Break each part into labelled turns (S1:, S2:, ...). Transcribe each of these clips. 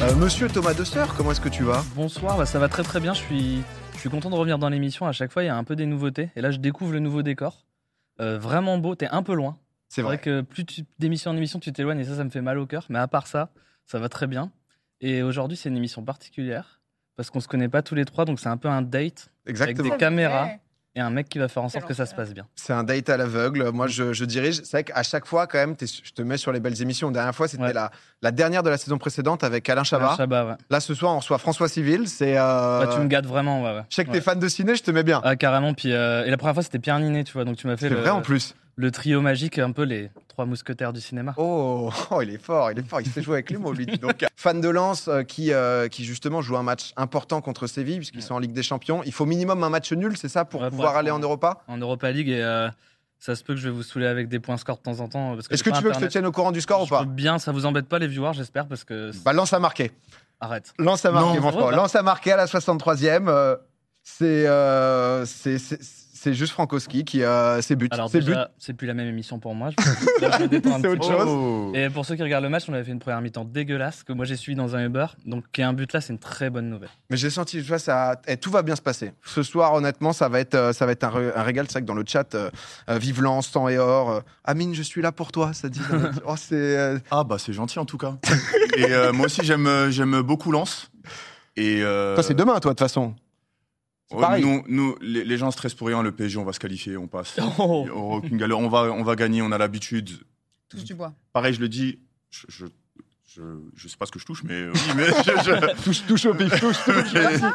S1: Euh, Monsieur Thomas Dessert, comment est-ce que tu vas
S2: Bonsoir, bah, ça va très très bien. Je suis, je suis content de revenir dans l'émission. À chaque fois, il y a un peu des nouveautés. Et là, je découvre le nouveau décor. Euh, vraiment beau. T'es un peu loin.
S1: C'est vrai.
S2: que plus tu d'émission en émission, tu t'éloignes et ça, ça me fait mal au cœur. Mais à part ça, ça va très bien. Et aujourd'hui, c'est une émission particulière parce qu'on se connaît pas tous les trois, donc c'est un peu un date avec
S1: Exactement.
S2: des caméras et un mec qui va faire en sorte que ça se passe bien.
S1: C'est un date à l'aveugle. Moi, je, je dirige. C'est vrai qu'à chaque fois, quand même, t'es- je te mets sur les belles émissions. La dernière fois, c'était
S2: Ouais.
S1: la, la dernière de la saison précédente avec Alain Chabat.
S2: Ah, Chabat, ouais.
S1: Là, ce soir, on reçoit François Civil. C'est. euh,
S2: Ouais, tu me gâtes vraiment, ouais. ouais.
S1: Je sais que
S2: Ouais.
S1: t'es fan de ciné, je te mets bien.
S2: Ah, carrément. Puis, euh, et la première fois, c'était Pierre Ninet, tu vois. Donc, tu m'as fait
S1: c'est
S2: le,
S1: vrai en plus.
S2: le trio magique, un peu les trois mousquetaires du cinéma.
S1: Oh, oh, il est fort, il est fort. Il sait jouer avec les mots, lui. dis Donc, fan de Lens euh, qui, euh, qui justement joue un match important contre Séville puisqu'ils
S2: Ouais.
S1: sont en Ligue des Champions. Il faut minimum un match nul, c'est ça, pour
S2: Ouais, pour
S1: pouvoir
S2: être
S1: aller
S2: en-
S1: en Europa.
S2: en Europa League et euh, ça se peut que je vais vous saouler avec des points score de temps en temps. euh, parce
S1: Est-ce que tu veux que je te tienne au courant du score ou pas
S2: Bien, ça vous embête pas les viewers, j'espère, parce que
S1: Bah, Lens a marqué.
S2: arrête.
S1: Lance à marqué,
S2: Non,
S1: mon
S2: ça va
S1: frère.
S2: pas.
S1: Lance à marqué à la 63e. euh, c'est euh, c'est- c'est- c'est juste Frankowski qui euh, ses buts.
S2: Alors
S1: Ses
S2: déjà, c'est plus la même émission pour moi. je- là, je
S1: buts,
S2: me détends un
S1: c'est
S2: petit
S1: autre
S2: peu.
S1: chose.
S2: Et pour ceux qui regardent le match, on avait fait une première mi-temps dégueulasse que moi j'ai suivi dans un Uber. Donc qu'il y ait un but là, c'est une très bonne nouvelle.
S1: Mais j'ai senti, tu vois, ça, eh, tout va bien se passer. Ce soir, honnêtement, ça va être, euh, ça va être un, ré- un régal. C'est vrai que dans le chat, euh, euh, vive Lens, temps et or. euh, Amine, je suis là pour toi, ça dit. dans le- oh, c'est. euh,
S3: Ah bah c'est gentil en tout cas. et euh, moi aussi j'aime euh, j'aime beaucoup Lens. Et euh,
S1: Toi, c'est demain, toi, de toute façon.
S3: ouais,
S1: pareil.
S3: nous, nous, les, les gens stressent pour rien. Le PSG, on va se qualifier, on passe. Il
S2: Oh.
S3: y aura aucune galère. On va, on va gagner. On a l'habitude.
S4: Touche du bois.
S3: Pareil, je le dis. Je, je, je, je sais pas ce que je touche, mais euh, oui, mais je- je-
S1: touche, touche au pif, touche.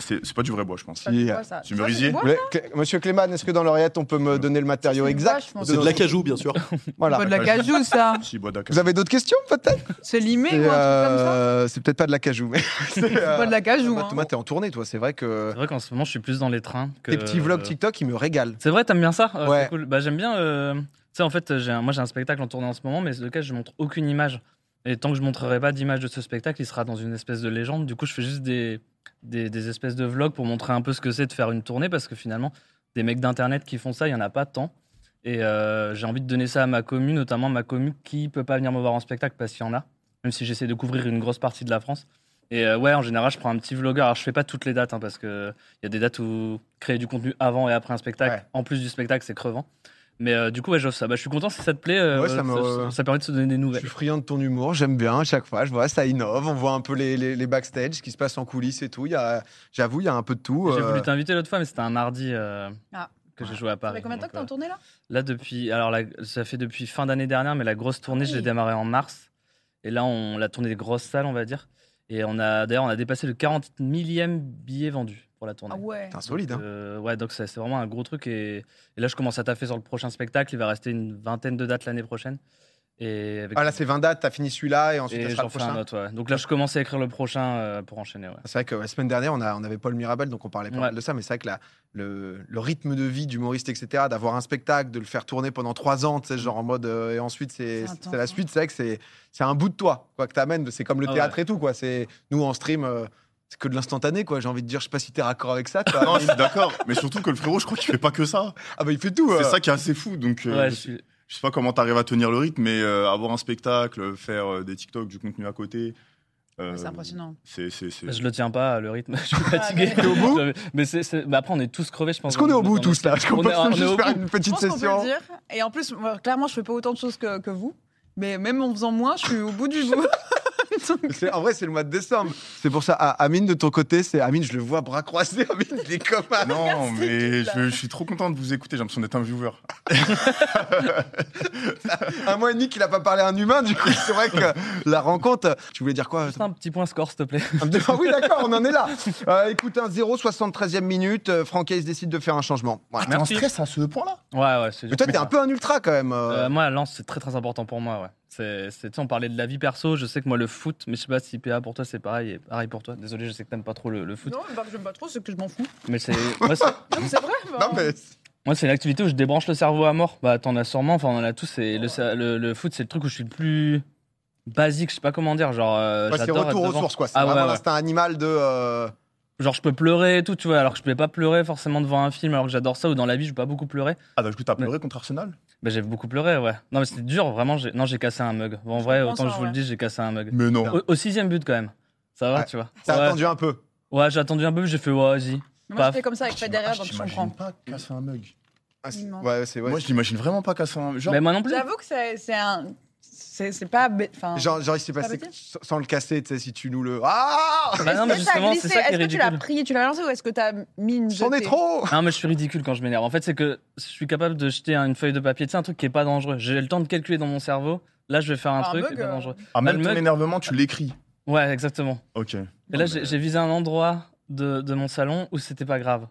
S3: c'est c'est pas du vrai bois, je pense.
S4: Ça, C'est quoi, ça
S3: Tu me
S4: Ça, c'est
S3: risiez
S4: du bois
S1: Mais, Clé- Monsieur Clément, est-ce que dans l'oreillette, on peut me donner le matériau
S4: C'est du bois,
S1: exact
S4: je pense.
S5: C'est de l'acajou, bien sûr.
S1: Voilà.
S4: Pas de la cajou, ça.
S3: Si, bois d'accord.
S1: Vous avez d'autres questions, peut-être
S4: C'est limé
S1: C'est
S4: ou un truc comme ça
S1: euh, c'est peut-être pas de la cajou, mais. c'est,
S4: C'est
S1: euh,
S4: pas de la cajou.
S1: Thomas,
S4: hein.
S1: Thomas, t'es en tournée, toi. C'est vrai que
S2: C'est vrai qu'en ce moment, je suis plus dans les trains. Que,
S1: tes petits vlogs
S2: euh,
S1: TikTok, ils me régalent.
S2: C'est vrai, t'aimes bien ça Euh,
S1: Ouais.
S2: c'est cool. Bah, j'aime bien. euh, Tu sais, en fait, j'ai un- moi j'ai un spectacle en tournée en ce moment, mais lequel je montre aucune image. Et tant que je montrerai pas d'image de ce spectacle, il sera dans une espèce de légende. Du coup, je fais juste des, des, des espèces de vlogs pour montrer un peu ce que c'est de faire une tournée, parce que finalement, des mecs d'internet qui font ça, il y en a pas tant. Et euh, j'ai envie de donner ça à ma commu, notamment ma commu qui peut pas venir me voir en spectacle parce qu'il y en a, même si j'essaie de couvrir une grosse partie de la France. Et euh, ouais, en général, je prends un petit vlogueur. Alors, je fais pas toutes les dates, hein, parce que il y a des dates où créer du contenu avant et après un spectacle,
S1: Ouais.
S2: en plus du spectacle, c'est crevant. Mais euh, du coup, ouais, j'offre ça. Bah, je suis content si ça te plaît. euh,
S1: Ouais, ça me-
S2: ça permet de se donner des
S1: Je
S2: nouvelles.
S1: suis friand de ton humour, j'aime bien à chaque fois. Je vois, ça innove. On voit un peu les, les, les backstage, ce qui se passe en coulisses et tout. Il y a- J'avoue, il y a un peu de tout.
S2: J'ai
S1: euh,
S2: voulu t'inviter l'autre fois, mais c'était un mardi euh,
S4: Ah.
S2: que j'ai joué à
S4: Ça
S2: Paris.
S4: fait combien de temps que t'es en
S2: Donc, euh,
S4: tournée là
S2: Là, depuis, alors la- ça fait depuis fin d'année dernière, mais la grosse tournée, je l'ai
S4: Oui.
S2: démarrée en mars. Et là, on l'a tournée des grosses salles, on va dire. Et on a d'ailleurs, on a dépassé le 40 millième billet vendu pour la tournée.
S4: Ah ouais.
S1: C'est insolide. Hein.
S2: Euh, ouais, donc ça, c'est vraiment un gros truc. Et, et là, je commence à taffer sur le prochain spectacle. Il va rester une vingtaine de dates l'année prochaine. Et, avec,
S1: Ah là, c'est 20 dates, t'as fini celui-là et ensuite ça
S2: et
S1: sera
S2: j'en
S1: le
S2: ferai un
S1: prochain.
S2: autre. ouais. Donc là, je commence à écrire le prochain euh, pour enchaîner. ouais.
S1: Ah, C'est vrai que la semaine dernière, on, a, on avait Paul Mirabel, donc on parlait pas
S2: Ouais.
S1: mal de ça, mais c'est vrai que la- le, le rythme de vie d'humoriste, etc., d'avoir un spectacle, de le faire tourner pendant trois ans, tu sais, genre en mode. euh, et ensuite, c'est
S4: C'est intense,
S1: c'est la
S4: hein.
S1: suite, c'est vrai que c'est c'est un bout de toi, quoi, que t'amènes. C'est comme le
S2: Ah
S1: théâtre et tout, quoi. C'est- Nous, en stream, euh, c'est que de l'instantané, quoi. J'ai envie de dire, je sais pas si t'es raccord avec ça. toi.
S3: Non, je suis d'accord. Mais surtout que le frérot, je crois qu'il fait pas que ça.
S1: ah bah, il fait tout.
S3: C'est
S1: euh.
S3: ça qui est assez fou. Donc, euh,
S2: Ouais,
S3: je,
S2: je suis-
S3: je sais pas comment t'arrives à tenir le rythme, mais euh, avoir un spectacle, faire euh, des TikTok, du contenu à côté. euh,
S4: C'est impressionnant.
S3: C'est c'est- c'est-
S2: je le tiens pas, le rythme. Je suis
S4: Ah,
S2: fatigué.
S1: T'es au bout
S2: J'avais- mais c'est- c'est- bah, après, on est tous crevés, je pense.
S1: Est-ce qu'on est au
S2: dans-
S1: bout
S2: dans-
S1: tous là Est-ce qu'on
S2: On
S1: peut
S2: est- on est
S1: juste
S2: au
S1: faire
S2: bout.
S1: une
S4: Je
S1: petite
S4: pense qu'on peut
S1: session
S4: le dire. Et en plus, moi, clairement, je fais pas autant de choses que, que vous. Mais même en faisant moins, je suis au bout du bout. Donc,
S1: C'est- En vrai, c'est le mois de décembre. C'est pour ça. Ah, Amine, de ton côté, c'est Amine, je le vois bras croisés. Amine, il est comme un-
S3: Non,
S4: Merci,
S3: mais
S4: Nicolas.
S3: je, je suis trop content de vous écouter. J'ai l'impression d'être un viewer.
S1: un mois et demi qu'il n'a pas parlé à un humain. Du coup, c'est vrai que la rencontre. Tu voulais dire quoi
S2: Juste un petit point score, s'il te plaît.
S1: Ah Oui, d'accord, on en est là. Euh, écoute, un 0, 73e minute. euh, Franck Hayes décide de faire un changement. Voilà.
S2: t'es en Merci.
S3: stress à ce point-là
S2: Ouais, ouais, c'est
S1: Mais toi, t'es un peu un ultra quand même. euh.
S2: Euh, moi, à Lens, c'est très très important pour moi. Ouais. C'est, c'est- tu sais, on parlait de la vie perso. Je sais que moi, le foot, mais je sais pas si PA pour toi c'est pareil et pareil pour toi. Désolé, je sais que t'aimes pas trop le, le foot,
S4: non, bah, j'aime pas trop, c'est que je m'en fous.
S2: mais c'est moi, c'est,
S4: Non, mais c'est vrai. bah,
S1: Non, mais
S2: moi, c'est l'activité où je débranche le cerveau à mort. Bah, t'en as sûrement. Enfin, on en a tous. Et le, cer- le, le foot, c'est le truc où je suis le plus basique. Je sais pas comment dire. Genre, euh,
S1: Ouais, c'est
S2: j'adore
S1: retour
S2: être
S1: aux
S2: devant.
S1: sources, quoi. C'est
S2: Ah, ouais,
S1: vraiment
S2: ouais.
S1: l'instinct animal de. euh,
S2: Genre, je peux pleurer et tout, tu vois. Alors que je peux pas pleurer forcément devant un film, alors que j'adore ça. Ou dans la vie, je peux pas beaucoup pleurer.
S3: Ah, donc du coup, t'as pleuré contre Arsenal
S2: Bah, j'ai beaucoup pleuré, ouais. Non, mais c'était dur, vraiment. J'ai... Non, j'ai cassé un mug. En vrai,
S4: comprends
S2: autant que
S4: ça,
S2: je vous le
S4: ouais.
S2: dis, j'ai cassé un mug.
S3: Mais non.
S2: Au, au sixième but, quand même. Ça va,
S1: Ouais.
S2: tu vois.
S1: T'as
S2: Ouais.
S1: attendu un peu.
S2: Ouais, j'ai attendu un peu, mais j'ai fait, ouais, vas-y. Paf.
S4: Mais Moi, je fais comme ça avec Federer,
S3: Ah, je
S4: donc je
S3: t'imagine
S4: comprends.
S3: pas casser un mug.
S1: Ah, c'est-
S4: Non.
S1: ouais, c'est ouais.
S3: Moi, je l'imagine vraiment pas casser un mug. Genre,
S2: Mais moi non plus.
S4: J'avoue que c'est c'est un. C'est c'est pas. bê- Enfin,
S1: Genre, genre, il s'est passé
S4: bêtise.
S1: sans sans le casser, tu sais, si tu nous le. Ah
S2: Bah non, mais
S4: Est-ce que t'as
S2: justement, c'est
S4: glissé
S2: ça qui est
S4: Est-ce que tu l'as
S2: ridicule.
S4: pris, tu l'as lancé ou est-ce que t'as mis une.
S1: C'en est
S4: jetée
S1: trop
S2: Non, mais je suis ridicule quand je m'énerve. En fait, c'est que je suis capable de jeter une feuille de papier. C'est un truc qui est pas dangereux. J'ai le temps de calculer dans mon cerveau. Là, je vais faire un,
S4: Enfin,
S2: truc
S4: bug,
S2: qui est pas
S4: euh,
S2: dangereux.
S3: ah, même
S2: le
S3: ton
S2: mug-
S3: énervement, tu l'écris.
S2: Ouais, exactement.
S3: Ok.
S2: Et là, j'ai j'ai
S4: euh,
S2: visé un endroit de, de mon salon où c'était pas grave.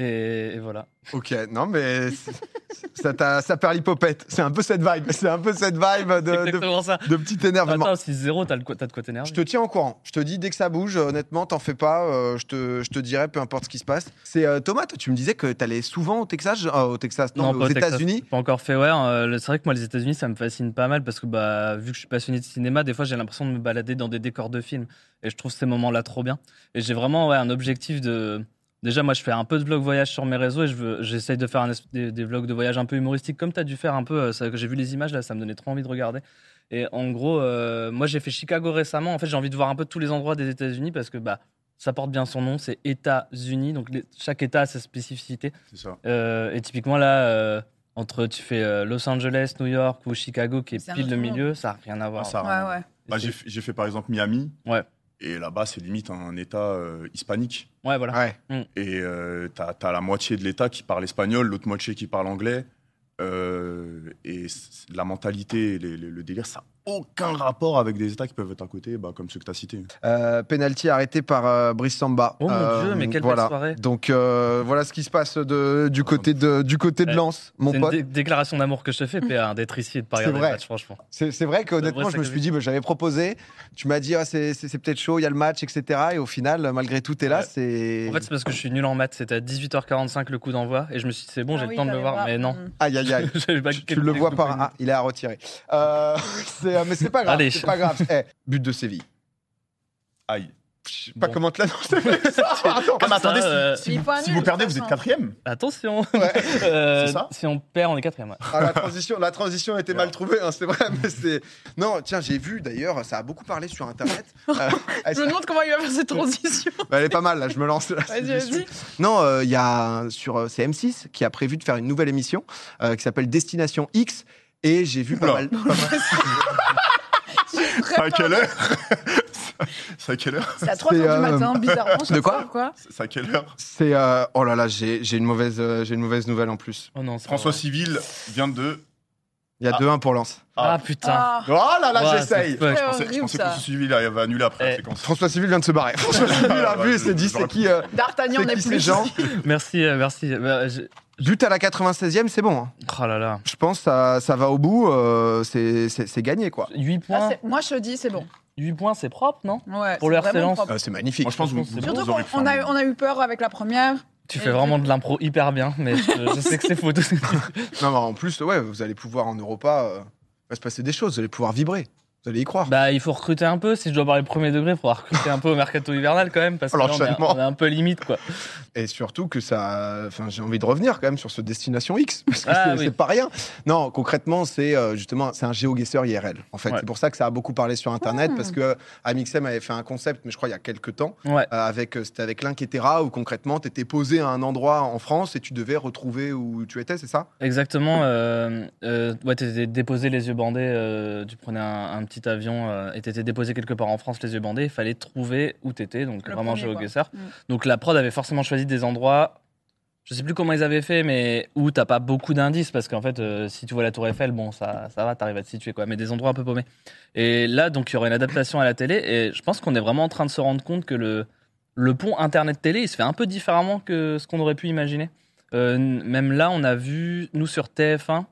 S2: Et, et voilà.
S1: Ok, non, mais. c'est- ça, t'a- ça perd l'hypopète. C'est un peu cette vibe. C'est un peu cette vibe de,
S2: C'est
S1: de,
S2: exactement ça.
S1: de petit énervement.
S2: Attends, si zéro, t'as le quoi- t'as de quoi t'énerver.
S1: Je te tiens au courant. Je te dis dès que ça bouge, euh, honnêtement, t'en fais pas. euh, je, te, je te dirai, peu importe ce qui se passe. C'est euh, Thomas, toi, tu me disais que t'allais souvent au Texas, euh, au Texas, non,
S2: pas
S1: aux
S2: au Texas.
S1: États-Unis.
S2: Pas encore fait, ouais. euh, le- c'est vrai que moi, les États-Unis, ça me fascine pas mal parce que, bah, vu que je suis passionné de cinéma, des fois, j'ai l'impression de me balader dans des décors de films. Et je trouve ces moments-là trop bien. Et j'ai vraiment ouais, un objectif de. Déjà, moi, je fais un peu de vlog voyage sur mes réseaux et je veux- j'essaye de faire un es- des, des vlogs de voyage un peu humoristiques, comme tu as dû faire un peu. euh, ça- que J'ai vu les images là, ça me donnait trop envie de regarder. Et en gros, euh, moi, j'ai fait Chicago récemment. En fait, j'ai envie de voir un peu tous les endroits des États-Unis parce que, bah, ça porte bien son nom, c'est États-Unis. Donc, les- chaque État a sa spécificité.
S3: C'est ça.
S2: Euh, et typiquement là, euh, entre tu fais euh, Los Angeles, New York ou Chicago qui est,
S4: C'est un
S2: pile
S4: autre
S2: le
S4: monde.
S2: milieu, ça n'a rien à voir.
S3: Ah, ça a rien à
S4: Ouais, ouais.
S2: Et
S3: Bah,
S2: c'est-
S3: j'ai fait- j'ai fait par exemple Miami.
S2: Ouais.
S3: Et là-bas, c'est limite un état euh, hispanique.
S2: Ouais, voilà.
S1: Ouais.
S3: Et euh, t'as as la moitié de l'État qui parle espagnol, l'autre moitié qui parle anglais. Euh, et c- la mentalité, et les- les- le délire, ça n'a aucun rapport avec des États qui peuvent être à côté, bah, comme ceux que tu as cités.
S1: Euh, penalty arrêté par euh, Brice Samba.
S2: Oh mon
S1: Euh,
S2: Dieu, mais quelle
S1: voilà.
S2: belle soirée.
S1: Donc euh, voilà ce qui se passe de, du côté de du côté de
S2: Eh,
S1: Lens, mon
S2: C'est une
S1: pote.
S2: dé- déclaration d'amour que je te fais, PA, hein, d'être ici et de pas
S1: C'est
S2: regarder
S1: vrai.
S2: le match, franchement.
S1: C'est c'est vrai qu'honnêtement,
S2: vrai
S1: je me suis
S2: sacrifice.
S1: dit, bah, j'avais proposé. Tu m'as dit, ah, c'est c'est- c'est peut-être chaud, il y a le match, etc. Et au final, malgré tout, t'es là.
S2: Ouais.
S1: C'est
S2: En fait, c'est parce que je suis nul en maths. C'était à 18h45 le coup d'envoi et je me suis dit, c'est bon, j'ai
S4: Ah
S2: le
S4: oui,
S2: temps de le
S4: t'allais
S2: voir, mais non.
S4: Mm.
S1: aïe aïe aïe.
S2: J'avais pas
S1: Tu- Tu
S2: calculé
S1: le
S2: le
S1: vois
S2: coup
S1: pas.
S2: de-
S1: Ah, il est à retirer. Euh, c'est- euh, mais c'est pas grave.
S2: Allez.
S1: C'est pas grave. Eh, but de Séville.
S3: Aïe.
S1: Je sais pas
S2: Bon.
S1: comment te l'annoncer. Attends.
S3: Ah, mais attendez,
S2: Ça,
S3: si-
S2: euh,
S4: Il faut un
S3: si
S4: nul,
S3: vous
S4: de
S3: perdez,
S4: toute
S3: vous êtes
S4: façon.
S3: quatrième.
S2: Attention.
S1: Ouais.
S2: Euh,
S3: C'est ça
S2: si on perd, on est quatrième. ouais.
S1: Ah, la transition, la transition était mal trouvée, hein, c'est vrai, mais c'est. Non, tiens, j'ai vu d'ailleurs, ça a beaucoup parlé sur Internet. Euh, elle,
S4: Je me demande comment il va faire cette transition.
S1: elle est pas mal, là, je me lance. là, c'est
S4: Vas-y,
S1: juste-
S4: vas-y.
S1: Non, euh, il y a un- sur euh, c'est M6 qui a prévu de faire une nouvelle émission euh, qui s'appelle Destination X. Et j'ai vu pas
S3: Oula.
S1: mal. pas mal-
S3: C'est à
S4: Prépare-
S3: quelle heure C'est à quelle heure
S4: C'est à 3 h du
S1: C'est, euh,
S4: matin, bizarrement. ce
S1: De quoi
S4: soir, quoi
S3: C'est à quelle heure
S1: C'est euh, oh là là, j'ai j'ai une mauvaise, euh, j'ai une mauvaise nouvelle en plus.
S2: Oh non, c'est pas
S3: François
S2: vrai.
S3: Civil vient de.
S1: Il y a
S3: Ah.
S1: 2-1 pour Lens.
S2: Ah putain.
S4: Ah,
S1: Oh là là,
S2: Ouais,
S1: j'essaye.
S2: c'est fuck.
S3: Je pensais, je
S4: horrible
S3: pensais que
S4: ça.
S3: François Civil il va annuler après
S2: Eh.
S3: la séquence.
S1: François Civil vient de se barrer. François Civil a vu et s'est dit c'est qui, euh,
S4: D'Artagnan
S1: c'est
S4: n'est
S1: qui
S4: plus.
S1: ces gens
S2: Merci, euh, merci. Bah, j'ai-
S1: euh, But à la 96e, c'est bon. hein.
S2: Oh là là.
S1: Je pense que ça, ça va au bout, euh, c'est- c'est c'est gagné quoi.
S2: 8
S4: Ah,
S2: points,
S4: c'est- Moi, je te dis, c'est bon.
S2: 8 points c'est propre, non
S4: Ouais,
S2: Pour
S4: c'est
S2: le
S4: vraiment
S2: harcèlement,
S4: propre.
S1: Ah, c'est magnifique.
S3: Moi, je pense que vous,
S2: Franchement,
S3: vous-
S4: Surtout
S3: vous aurez fait
S4: qu'on on
S3: un-
S4: a, eu- on a eu peur avec la première.
S2: Tu
S4: Et
S2: fais vraiment de l'impro hyper bien, mais je, je sais que c'est faux.
S1: Non, mais en plus, ouais, vous allez pouvoir en Europa, euh, il va se passer des choses, vous allez pouvoir vibrer, vous allez y croire.
S2: Bah, il faut recruter un peu. Si je dois parler premier degré, il faudra recruter un peu au mercato hivernal quand même, parce que là, on, est,
S1: L'enchaînement.
S2: on est un peu limite, quoi.
S1: Et surtout que ça, enfin, j'ai envie de revenir quand même sur ce destination X, parce que
S2: Ah,
S1: c'est
S2: oui.
S1: c'est pas rien. Non, concrètement, c'est euh, justement, c'est un géoguesseur IRL. En fait,
S2: Ouais.
S1: c'est pour ça que ça a beaucoup parlé sur Internet,
S4: Hmm.
S1: parce que euh, Amixem avait fait un concept, mais je crois il y a quelques temps.
S2: Ouais.
S1: Euh, avec euh, c'était avec l'Inquiétera où concrètement tu étais posé à un endroit en France et tu devais retrouver où tu étais, c'est ça
S2: Exactement. Euh, euh, ouais, t'étais déposé les yeux bandés. euh, tu prenais un, un petit avion euh, et t'étais déposé quelque part en France les yeux bandés. Il fallait trouver où t'étais, donc
S4: Le
S2: vraiment
S4: premier, quoi.
S2: géoguesseur.
S4: Mm.
S2: Donc la prod avait forcément choisi des endroits. Je sais plus comment ils avaient fait, mais où t'as pas beaucoup d'indices parce qu'en fait, euh, si tu vois la Tour Eiffel, bon, ça, ça va, t'arrives à te situer quoi. Mais des endroits un peu paumés. Et là, donc, il y aurait une adaptation à la télé. Et je pense qu'on est vraiment en train de se rendre compte que le, le pont Internet-télé, il se fait un peu différemment que ce qu'on aurait pu imaginer. Euh, n- même là, on a vu, nous, sur TF1,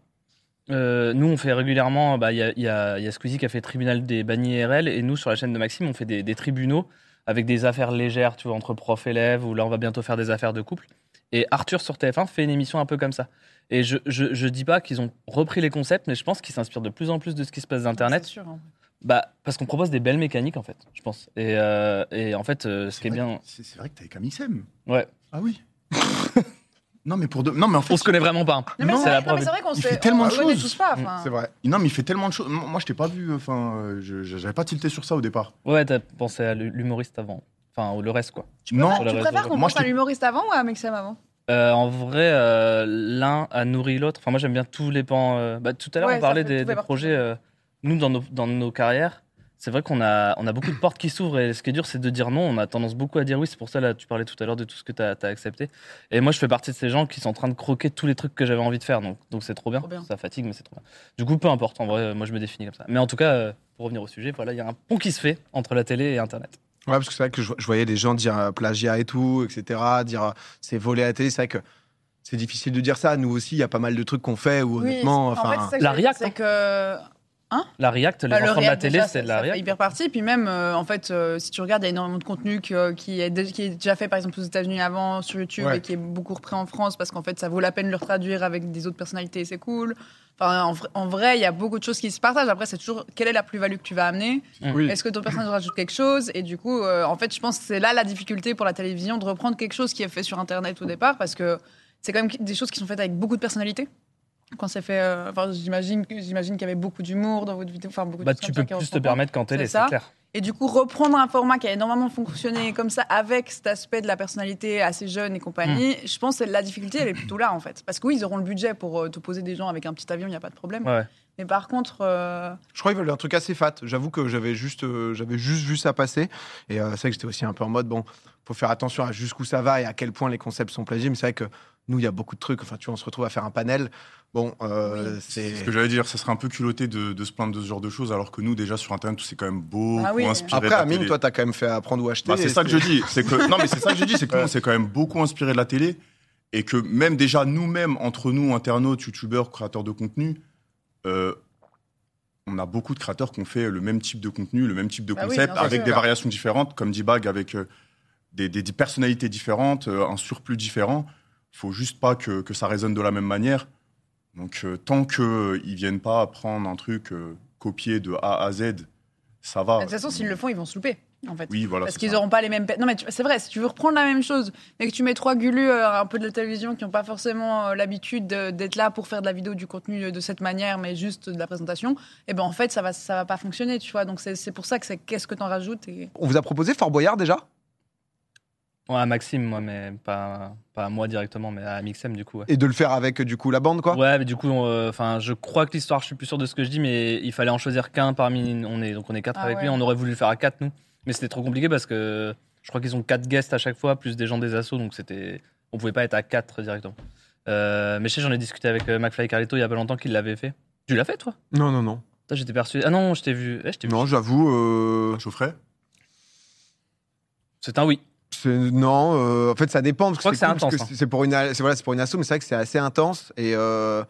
S2: euh, nous, on fait régulièrement, bah, il y a, il y a- il y a Squeezie qui a fait Tribunal des bannis RL, et nous, sur la chaîne de Maxime, on fait des, des tribunaux avec des affaires légères, tu vois, entre prof-élèves, ou là, on va bientôt faire des affaires de couple. Et Arthur sur TF1 fait une émission un peu comme ça. Et je, je, je dis pas qu'ils ont repris les concepts, mais je pense qu'ils s'inspirent de plus en plus de ce qui se passe d'Internet.
S4: C'est sûr, hein.
S2: Bah, parce qu'on propose des belles mécaniques, en fait, je pense. Et, euh, et en fait, euh, ce qui est bien.
S3: C'est c'est vrai que t'es avec Amixem.
S2: Ouais.
S3: Ah oui. Ah Non, mais pour de... non, mais en fait,
S2: On se connaît vraiment pas.
S4: Non, mais
S2: C'est
S4: c'est
S2: la
S4: vrai, non,
S2: preuve.
S4: mais c'est vrai qu'on
S3: Il
S4: se
S3: fait tellement
S4: on
S3: de
S4: se connaît
S3: choses.
S4: tous pas. enfin.
S1: C'est vrai.
S3: il- non, mais il fait tellement de choses. Moi, moi, je t'ai pas vu. Enfin, euh, je- je- j'avais pas tilté sur ça au départ.
S2: Ouais, t'as pensé à l- l'humoriste avant. Enfin, ou le reste, quoi.
S3: non,
S4: Ah,
S2: Sur la
S4: tu
S2: raison,
S4: préfères qu'on
S3: moi,
S4: pense
S3: je
S4: à
S3: t'ai-
S4: l'humoriste avant ou à Mexem avant
S2: Euh, en vrai, euh, l'un a nourri l'autre. Enfin, moi, j'aime bien tous les pans. euh, bah, tout à l'heure,
S4: Ouais,
S2: on
S4: ça
S2: parlait
S4: fait-
S2: des,
S4: tout
S2: des
S4: fait partie.
S2: projets. euh, nous, dans nos, dans nos carrières, c'est vrai qu'on a, on a beaucoup de portes qui s'ouvrent. Et ce qui est dur, c'est de dire non. On a tendance beaucoup à dire oui. C'est pour ça, là, tu parlais tout à l'heure de tout ce que tu as, accepté. Et moi, je fais partie de ces gens qui sont en train de croquer tous les trucs que j'avais envie de faire. Donc, donc c'est trop bien.
S4: Trop bien.
S2: Ça fatigue, mais c'est trop bien. Du coup, peu importe. En vrai, euh, moi, je me définis comme ça. Mais en tout cas, euh, pour revenir au sujet, voilà, il y a un pont qui se fait entre la télé et Internet.
S1: Ouais, parce que c'est vrai que je, je voyais des gens dire euh, plagiat et tout, etc. Dire euh, c'est volé à la télé. C'est vrai que c'est difficile de dire ça. Nous aussi, il y a pas mal de trucs qu'on fait où, honnêtement,
S4: en fait,
S1: enfin.
S4: c'est ça que euh,
S2: La
S4: je-
S2: React, hein.
S4: c'est que
S2: La React, les
S4: Bah, le
S2: enfants de la
S4: React,
S2: télé,
S4: déjà,
S2: c'est de
S4: ça-
S2: la
S4: ça fait
S2: React.
S4: hyper partie. Puis même, euh, en fait, euh, si tu regardes, il y a énormément de contenu que- euh, qui, est, dé- qui est déjà fait, par exemple, aux États-Unis avant sur YouTube
S1: Ouais.
S4: et qui est beaucoup repris en France parce qu'en fait, ça vaut la peine de le traduire avec des autres personnalités et c'est cool. Enfin, en, vr- en vrai, il y a beaucoup de choses qui se partagent. Après, c'est toujours quelle est la plus-value que tu vas amener
S1: Oui.
S4: Est-ce que ton personnage rajoute quelque chose Et du coup, euh, en fait, je pense que c'est là la difficulté pour la télévision de reprendre quelque chose qui est fait sur Internet au départ parce que c'est quand même des choses qui sont faites avec beaucoup de personnalité. Quand c'est fait, euh, enfin, j'imagine, que- j'imagine qu'il y avait beaucoup d'humour dans votre vidéo, enfin beaucoup. de
S2: Bah,
S4: choses
S2: tu
S4: comme
S2: peux
S4: ça qui
S2: plus te
S4: ressortent.
S2: permettre qu'en télé,
S4: C'est
S2: c'est
S4: ça.
S2: clair.
S4: Et du coup, reprendre un format qui a énormément fonctionné comme ça, avec cet aspect de la personnalité assez jeune et compagnie,
S2: Hmm.
S4: je pense que la difficulté, elle est plutôt là, en fait. Parce que oui, ils auront le budget pour euh, te poser des gens avec un petit avion, il n'y a pas de problème.
S2: Ouais.
S4: Mais par contre, euh,
S1: Je crois qu'ils veulent un truc assez fat. J'avoue que j'avais juste, euh, j'avais juste vu ça passer. Et euh, c'est vrai que j'étais aussi un peu en mode, bon, faut faire attention à jusqu'où ça va et à quel point les concepts sont plagiés. Mais c'est vrai que nous, il y a beaucoup de trucs. Enfin, tu vois, on se retrouve à faire un panel. Bon, euh, c'est.
S3: Ce que j'allais dire, ça serait un peu culotté de, de se plaindre de ce genre de choses, alors que nous, déjà, sur Internet, tout c'est quand même beau,
S4: Ah oui.
S3: inspiré de
S1: Après,
S3: la
S1: Amine,
S3: télé.
S1: toi, t'as quand même fait apprendre ou acheter.
S3: Bah, c'est
S1: Et
S3: ça que je dis. C'est que non, mais c'est ça que je dis, c'est que nous, on s'est quand même beaucoup inspiré de la télé et que même déjà nous-mêmes, entre nous, internautes, youtubeurs, créateurs de contenu, euh, on a beaucoup de créateurs qui ont fait le même type de contenu, le même type de
S4: Bah oui,
S3: concept,
S4: bien sûr.
S3: avec des variations différentes, comme dit Bag, avec euh, des, des- des personnalités différentes, euh, un surplus différent. Faut juste pas que, que ça résonne de la même manière. Donc euh, tant que euh, ils viennent pas prendre un truc euh, copié de A à Z, ça va.
S4: Bah,
S2: Ah
S4: de toute façon, s'ils le font, ils vont se louper, en fait.
S3: oui,
S1: Bah,
S3: voilà.
S4: Parce
S3: c'est
S4: qu'ils
S3: ça.
S4: n'auront pas les mêmes. pe- Non, mais tu- c'est vrai, si tu veux reprendre la même chose, mais que tu mets trois gulus euh, un peu de la télévision qui n'ont pas forcément euh, l'habitude de- d'être là pour faire de la vidéo, du contenu euh, de cette manière, mais juste de la présentation, et ben en fait, ça va, ça va pas fonctionner, tu vois. Donc c'est c'est pour ça que c'est qu'est-ce que t'en rajoutes. Et...
S1: On vous a proposé Fort Boyard déjà
S2: Ouais, à Maxime, moi, mais pas, pas à moi directement, mais à Mixem, du coup. Ouais,
S1: et de le faire avec euh, du coup la bande, quoi.
S2: ouais mais du coup, on, euh, enfin, je crois que l'histoire, je suis plus sûr de ce que je dis, mais il fallait en choisir qu'un parmi. On est, donc, on est quatre
S4: Ah
S2: avec
S4: ouais.
S2: lui, on aurait voulu le faire à quatre, nous. Mais c'était trop compliqué parce que je crois qu'ils ont quatre guests à chaque fois, plus des gens des assos, donc c'était. On pouvait pas être à quatre directement. Euh, mais je sais, j'en ai discuté avec euh, McFly et Carlito il y a pas longtemps qu'il l'avait fait. Tu l'as fait, toi
S1: Non, non, non.
S2: Toi, J'étais persuadé. Ah non, je t'ai vu. Eh, je t'ai vu.
S1: Non, j'avoue. euh,
S3: Chaufferet
S2: C'est un oui.
S1: C'est- Non, euh, en fait, ça dépend. Parce
S2: Je crois que c'est
S1: cool, parce
S2: intense, hein.
S1: que C'est pour une, c'est voilà, c'est pour une asso, mais c'est vrai que c'est assez intense. Et, euh,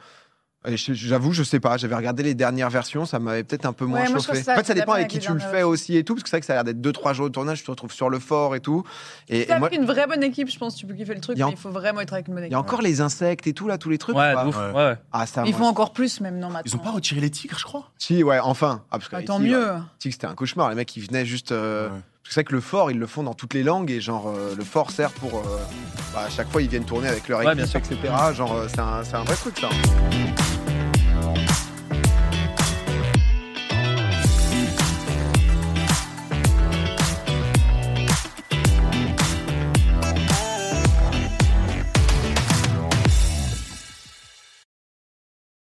S1: et je- j'avoue, je sais pas. J'avais regardé les dernières versions, ça m'avait peut-être un peu moins
S4: moi, je
S1: chauffé.
S4: pense que ça-
S1: en fait, ça
S4: ça
S1: dépend
S4: dépend
S1: avec
S4: avec
S1: qui
S4: les
S1: tu le
S4: dernières
S1: fais aussi et tout, parce que c'est vrai que ça a l'air d'être deux, trois jours de tournage. Tu te retrouves sur le fort et tout. Et, et
S4: C'est
S1: moi,
S4: avec une vraie bonne équipe, je pense, tu peux kiffer le truc,
S1: Y a en-
S4: mais il faut vraiment être avec une bonne
S1: il y
S4: équipe.
S1: a encore les insectes et tout là, tous les trucs. ou
S2: Ouais,
S1: pas
S2: de ouf.
S3: Ouais.
S2: Ouais, ouais.
S1: Ah ça.
S4: Ils
S1: moi,
S4: font encore plus, même, non, maintenant.
S3: Ils ont pas retiré les tigres, je crois.
S1: Si, ouais, enfin. Ah, parce que
S4: Ah,
S1: les
S4: Tant
S1: tigres,
S4: mieux.
S1: les tigres, c'était un cauchemar. Les mecs, ils venaient juste. euh,
S3: Ouais.
S1: Parce que c'est vrai que le fort, ils le font dans toutes les langues et genre euh, le fort sert pour. euh, bah, à chaque fois, ils viennent tourner avec leur
S2: Ouais,
S1: équipe,
S2: bien sûr.
S1: etc. Genre, euh, c'est un, c'est un vrai truc ça.